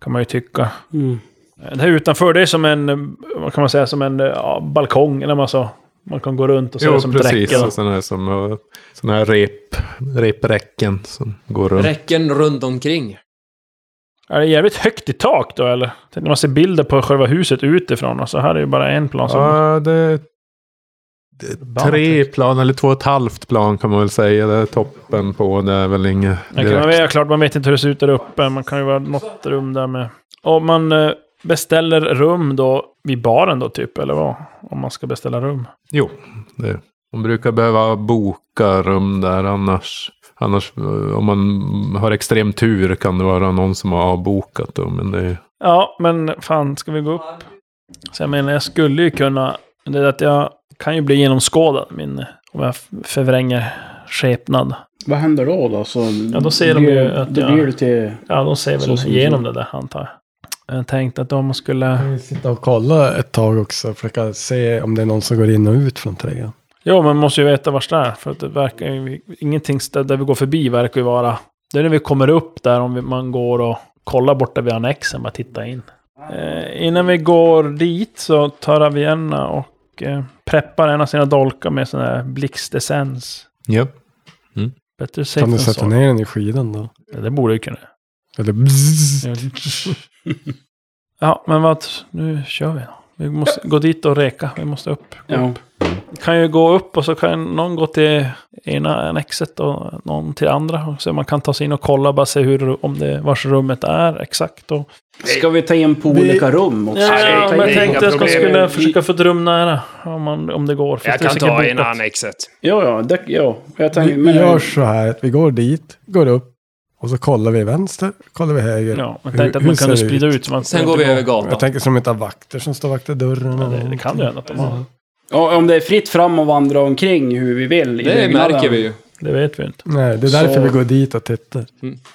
Kan man ju tycka.
Mm.
Det här utanför, det är som en, vad kan man säga, som en eh, ja, balkong eller vad man sa. Man kan gå runt och så är
Jo,
det som
precis.
dräcken.
Och sen är det som eh, såna här rep, repräcken som går runt.
Räcken runt omkring.
Är det jävligt högt i tak då eller? Tänk När man ser bilder på själva huset utifrån. Alltså här är ju bara en plan som...
Ja, det,
Förbannat
tre
högt.
plan eller två och ett halvt plan kan man väl säga. Det är toppen på. Det är väl inget
Det kan man
direkt.
väl klart, man vet inte hur det ser ut där uppe. Man kan ju vara något rum där med. Om man eh, beställer rum då vid baren då typ, eller vad? Om man ska beställa rum.
Jo, det. man brukar behöva boka rum där annars. Annars eh, om man har extrem tur kan det vara någon som har avbokat då. Men det är
Ja, men fan, ska vi gå upp? Så jag menar, jag skulle ju kunna... Det är att jag kan ju bli genomskådad min, om jag f- förvränger skepnad.
Vad händer då? då? Så
Ja, då ser de
blir-
ju att
det
jag-
blir det till...
Ja, de ser
Så
väl
som
igenom det där, antar jag. Jag tänkte att om man skulle...
Jag vill sitta och kolla ett tag också. Försöka se om det är någon som går in och ut från trean.
Jo, men man måste ju veta vart det är. För att det verkar ju... Ingenting stä- där vi går förbi verkar ju vara... Det är när vi kommer upp där, om vi, man går och kolla borta vid annexen, bara titta in. Eh, innan vi går dit så tar Avienna och eh, preppar en av sina dolkar med sån här blixtessens.
Ja.
Bättre safe
Kan
than
du sätta
sorry.
ner den i skidan då?
Ja, Det borde ju kunna.
Eller bzzz.
Ja, men vad, nu kör vi. då. Vi måste gå dit och reka. Vi måste upp.
Ja.
kan ju gå upp och så kan någon gå till ena annexet och någon till andra. Och Så man kan ta sig in och kolla bara se hur, om det, vars rummet är exakt. Och,
Ska vi ta in på olika rum också?
ja,
Ska vi ta
men jag
in-
tänkte att man
problem.
skulle försöka få ett rum nära. Om, man, om det går. För
Jag
det är
kan
säkert
ta en
bokat.
annexet.
Ja, ja. Det, ja. Jag
Vi
tänkte,
vi
men,
gör så här att vi går dit, går upp och så kollar vi vänster, kollar vi höger.
Ja, jag
Hur-
tänkte att
hur
man kunde
ser det
sprida ut. så Man
Sen går vi över gatan.
Jag tänker som inte har vakter som står vakt i dörren.
Ja, det, det kan ju hända att de
Mm.
har.
ja, om det är fritt fram och vandra omkring hur vi vill. i
Det
byggnaden.
märker vi ju.
Det vet vi inte.
Nej, det är därför
Så-
vi går dit och tittar.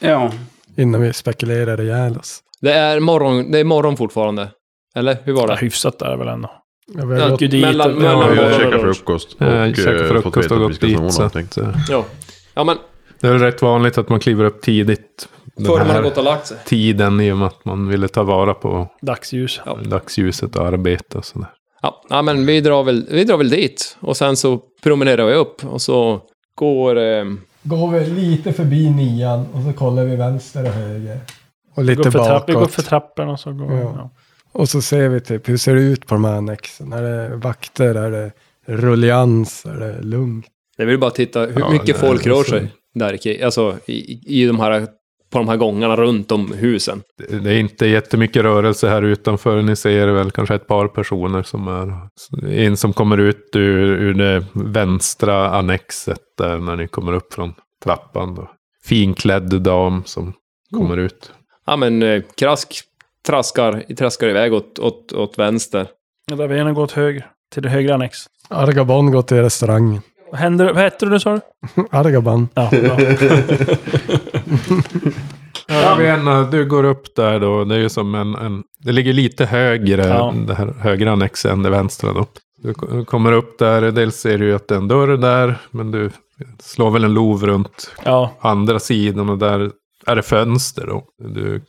Ja.
Innan vi spekulerar ihjäl oss.
Det är morgon, det är morgon fortfarande. Eller hur var
Ja,
det?
hyfsat där väl ändå.
Ja, vi har
Ja,
gått-
Gud, dit och-
mellan,
Ja,
Vi
mellan
har
ja,
ju
ja.
morgon
käkat
och lunch.
frukost och
Jag
eh,
käkar
fått
frukost
veta
och
att vi
gått
ska sno
dit. Så
någonting.
att, eh,
Ja. ja, men
det är väl rätt vanligt att man kliver upp tidigt. Den
före man har
här
gått och lagt sig.
tiden i och med att man ville ta vara på
Dagsljus.
Ja.
dagsljuset och arbeta och sådär.
Ja, ja men vi drar, väl, vi drar väl dit. Och sen så promenerar vi upp och så går... ehm,
Går vi lite förbi nian och så kollar vi vänster och höger. Och
Vi går,
lite
för trapp, vi går
bakåt.
för trappan och så går vi.
Ja.
Ja.
Och så ser vi typ, hur ser det ut på de här annexen? Är det vakter? Är det rullians? Är det lugnt?
det vill bara titta hur
Ja,
mycket
nej,
folk
det är
rör
så.
sig där i, alltså, i, i de här, på de här gångarna runt om husen.
Det- Det är inte jättemycket rörelse här utanför. Ni ser väl kanske ett par personer som är... En som kommer ut ur, ur det vänstra annexet där när ni kommer upp från trappan. Då. Finklädd dam som kommer ut.
Ja, men eh, Krask traskar, traskar iväg åt, åt, åt vänster.
Ja, där vi ena går åt höger. Till det högra annex.
Argaban går till restaurangen.
Vad händer? Vad heter du sa du?
Argaban.
Ja, bra.
Lena, du går upp där då. Det är ju som en... en det ligger lite högre,
Ja.
det här högra annexet än det vänstra då. Du ko- kommer upp där, dels ser du ju att det är en dörr där, men du slår väl en lov runt
ja.
andra sidan och där är det fönster då. Du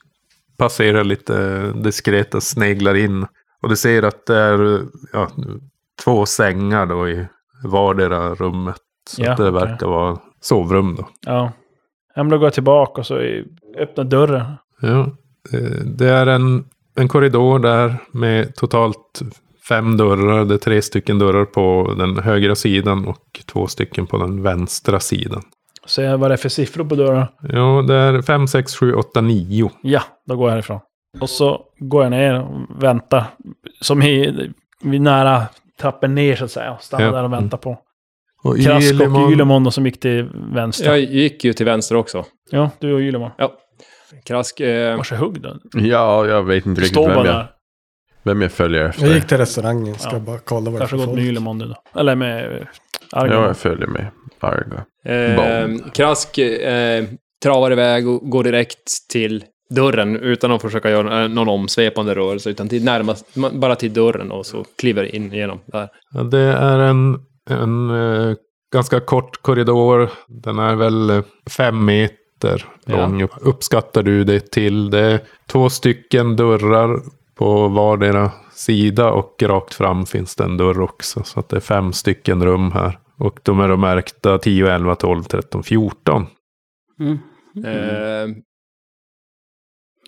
passerar lite diskret och sneglar in. Och du ser att det är ja, två sängar då i vardera rummet. Så
Ja,
att det
okej.
verkar vara sovrum då.
Ja. Ja, men då går jag tillbaka och så i- öppnar dörren.
Ja. Eh, Det är en, en korridor där med totalt fem dörrar. Det är tre stycken dörrar på den högra sidan och två stycken på den vänstra sidan.
Ser vad det är för siffror på dörren.
Ja, det är fem, sex, sju, åtta, nio.
Ja, då går jag härifrån. Och så går jag ner och väntar. Som i, vid nära trappen ner så att säga. Och stannar
Ja.
där och väntar på.
Och
Krask och
Ylemon-
Ylemon då, som gick till vänster.
Jag gick ju till vänster också.
Ja, du och Ylemon.
Krask... Eh,
Varsågod då.
Ja, jag vet inte
Du
riktigt
står bara
vem jag,
där.
vem jag följer efter.
Jag gick till restaurangen, ska
Ja.
bara kolla vad det är för
Varsågod med
folk.
Ylemon nu då. Eller med eh,
Ja,
Argon.
jag följer med Arga.
eh,
Bond.
krask eh, travar iväg och går direkt till dörren utan att försöka göra eh, någon omsvepande rörelse. Utan till närmast, man- bara till dörren och så kliver in genom där.
Ja, det är en, en eh, ganska kort korridor. Den är väl eh, fem meter
Ja.
lång. Uppskattar du det till? Det är två stycken dörrar på vardera sida och rakt fram finns det en dörr också. Så att det är fem stycken rum här. Och de är då märkta 10, 11, 12, 13, 14.
Mm.
Eh,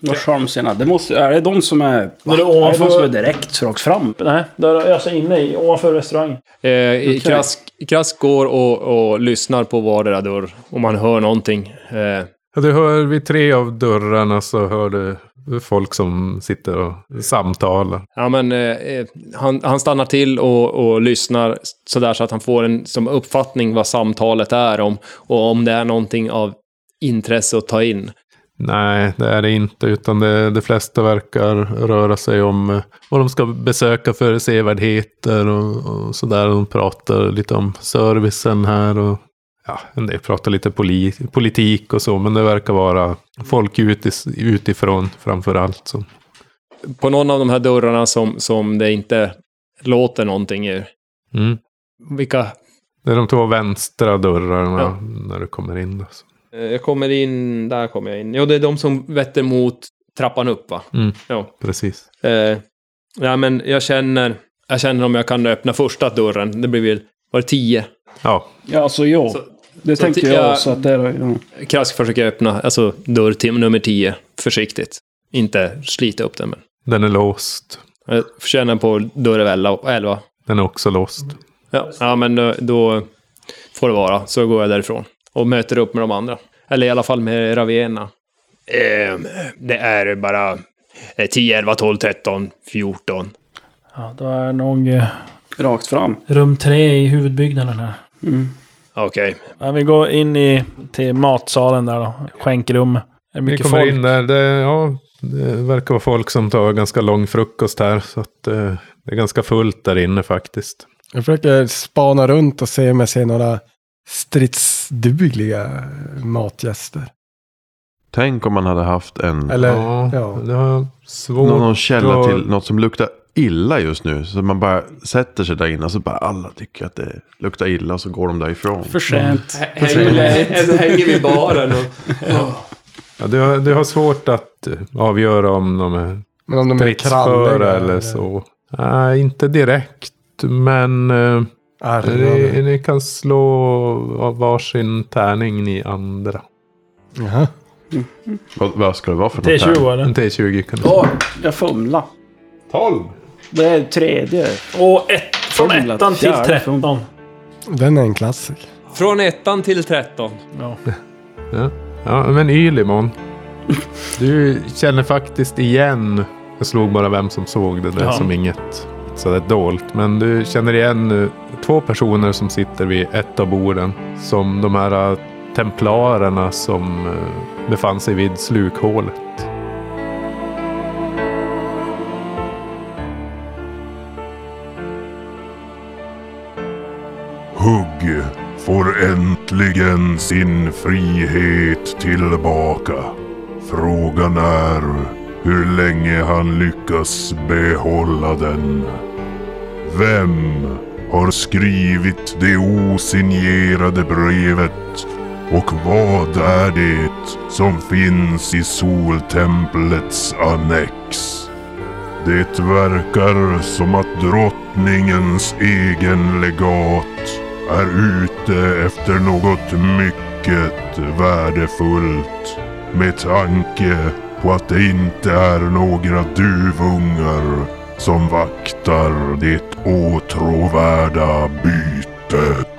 Vad charmsena. Det måste, är det de som är...
är det
är det
ovanför-
de som är direkt rakt fram?
Nej, där är alltså inne i, ovanför restaurangen.
Eh, krask, krask går och, och lyssnar på vardera dörr om man hör någonting. Eh,
Ja, Du hör vid tre av dörrarna så hör du folk som sitter och samtalar.
ja, men, eh, eh, han, han stannar till och, och lyssnar sådär så att han får en som uppfattning vad samtalet är om och om det är någonting av intresse att ta in.
Nej, det är det inte. Utan det, de flesta verkar röra sig om eh, vad de ska besöka för sevärdheter och, och sådär. De pratar lite om servicen här och ja, en del pratar lite poli, politik och så. Men det verkar vara folk utis, utifrån framför allt. Som,
På någon av de här dörrarna som, som det inte låter någonting ur.
mm.
Vilka?
Det är de två vänstra dörrarna
Ja.
när du kommer in. Alltså.
Eh, Jag kommer in, där kommer jag in. Jo, det är de som vetter mot trappan upp va?
Mm.
Ja.
Precis.
Eh, ja, men jag känner, jag känner om jag kan öppna första dörren. Det blir väl, var det tio?
Ja,
Ja, alltså ja.
Så-
det
så
tänkte
ti-
jag
jag-
också. Att det är, mm. ja.
Krask försöker öppna, alltså dörr till nummer tio, försiktigt. Inte slita upp den, men.
den är låst.
Jag känner på dörr elva- elva.
Den är också låst.
Ja, ja men då, då får det vara. Så går jag därifrån. Och möter upp med de andra. Eller i alla fall med Ravena.
Ehm, det är bara eh, 10, 11, 12, 13, 14.
Ja, då är nog eh,
Rakt fram.
rum tre i huvudbyggnaden här.
Mm.
Okej.
Ja, vi går in i, till matsalen där då. Skänkrummet. Det är
Ni
mycket
kommer
folk.
in där. Det, ja, det verkar vara folk som tar ganska lång frukost här. Så att, eh, det är ganska fullt där inne faktiskt.
Jag försöker spana runt och se om jag ser några stridsdugliga matgäster.
Tänk om man hade haft en...
Eller,
ja,
ja.
det var svårt.
Någon, någon källa
att-
till något som luktar illa just nu. Så man bara sätter sig där inne och så bara alla tycker att det luktar illa och så går de därifrån.
För sent.
Hänger, hänger vid baren och...
Ja, du, har, du har svårt att eh, avgöra om de är
Men om de är kralliga
stridsföra eller så. Nej, inte direkt. Men eh,
Ärrade.
ni, ni kan slå av varsin tärning ni andra.
Jaha.
Vad, vad ska det vara för något? här?
T20 eller?
En T20 kan du
Åh, jag fumlade.
12!
Det är tredje.
Och ett, från
Fumlat.
ettan till
Fjärde
tretton.
Den är en klassiker.
Från ettan till tretton.
Ja.
Ja, men Ylimon. Du känner faktiskt igen. Jag slog bara vem som såg det där
Jaha.
som inget sådär dolt. Men du känner igen eh, två personer som sitter vid ett av borden. Som de här eh, templarerna som eh, befann sig vid slukhålet.
Hugg får äntligen sin frihet tillbaka. Frågan är hur länge han lyckas behålla den. Vem har skrivit det osignerade brevet och vad är det som finns i soltemplets annex? Det verkar som att drottningens egen legat är ute efter något mycket värdefullt. Med tanke på att det inte är några duvungar som vaktar det åtråvärda bytet.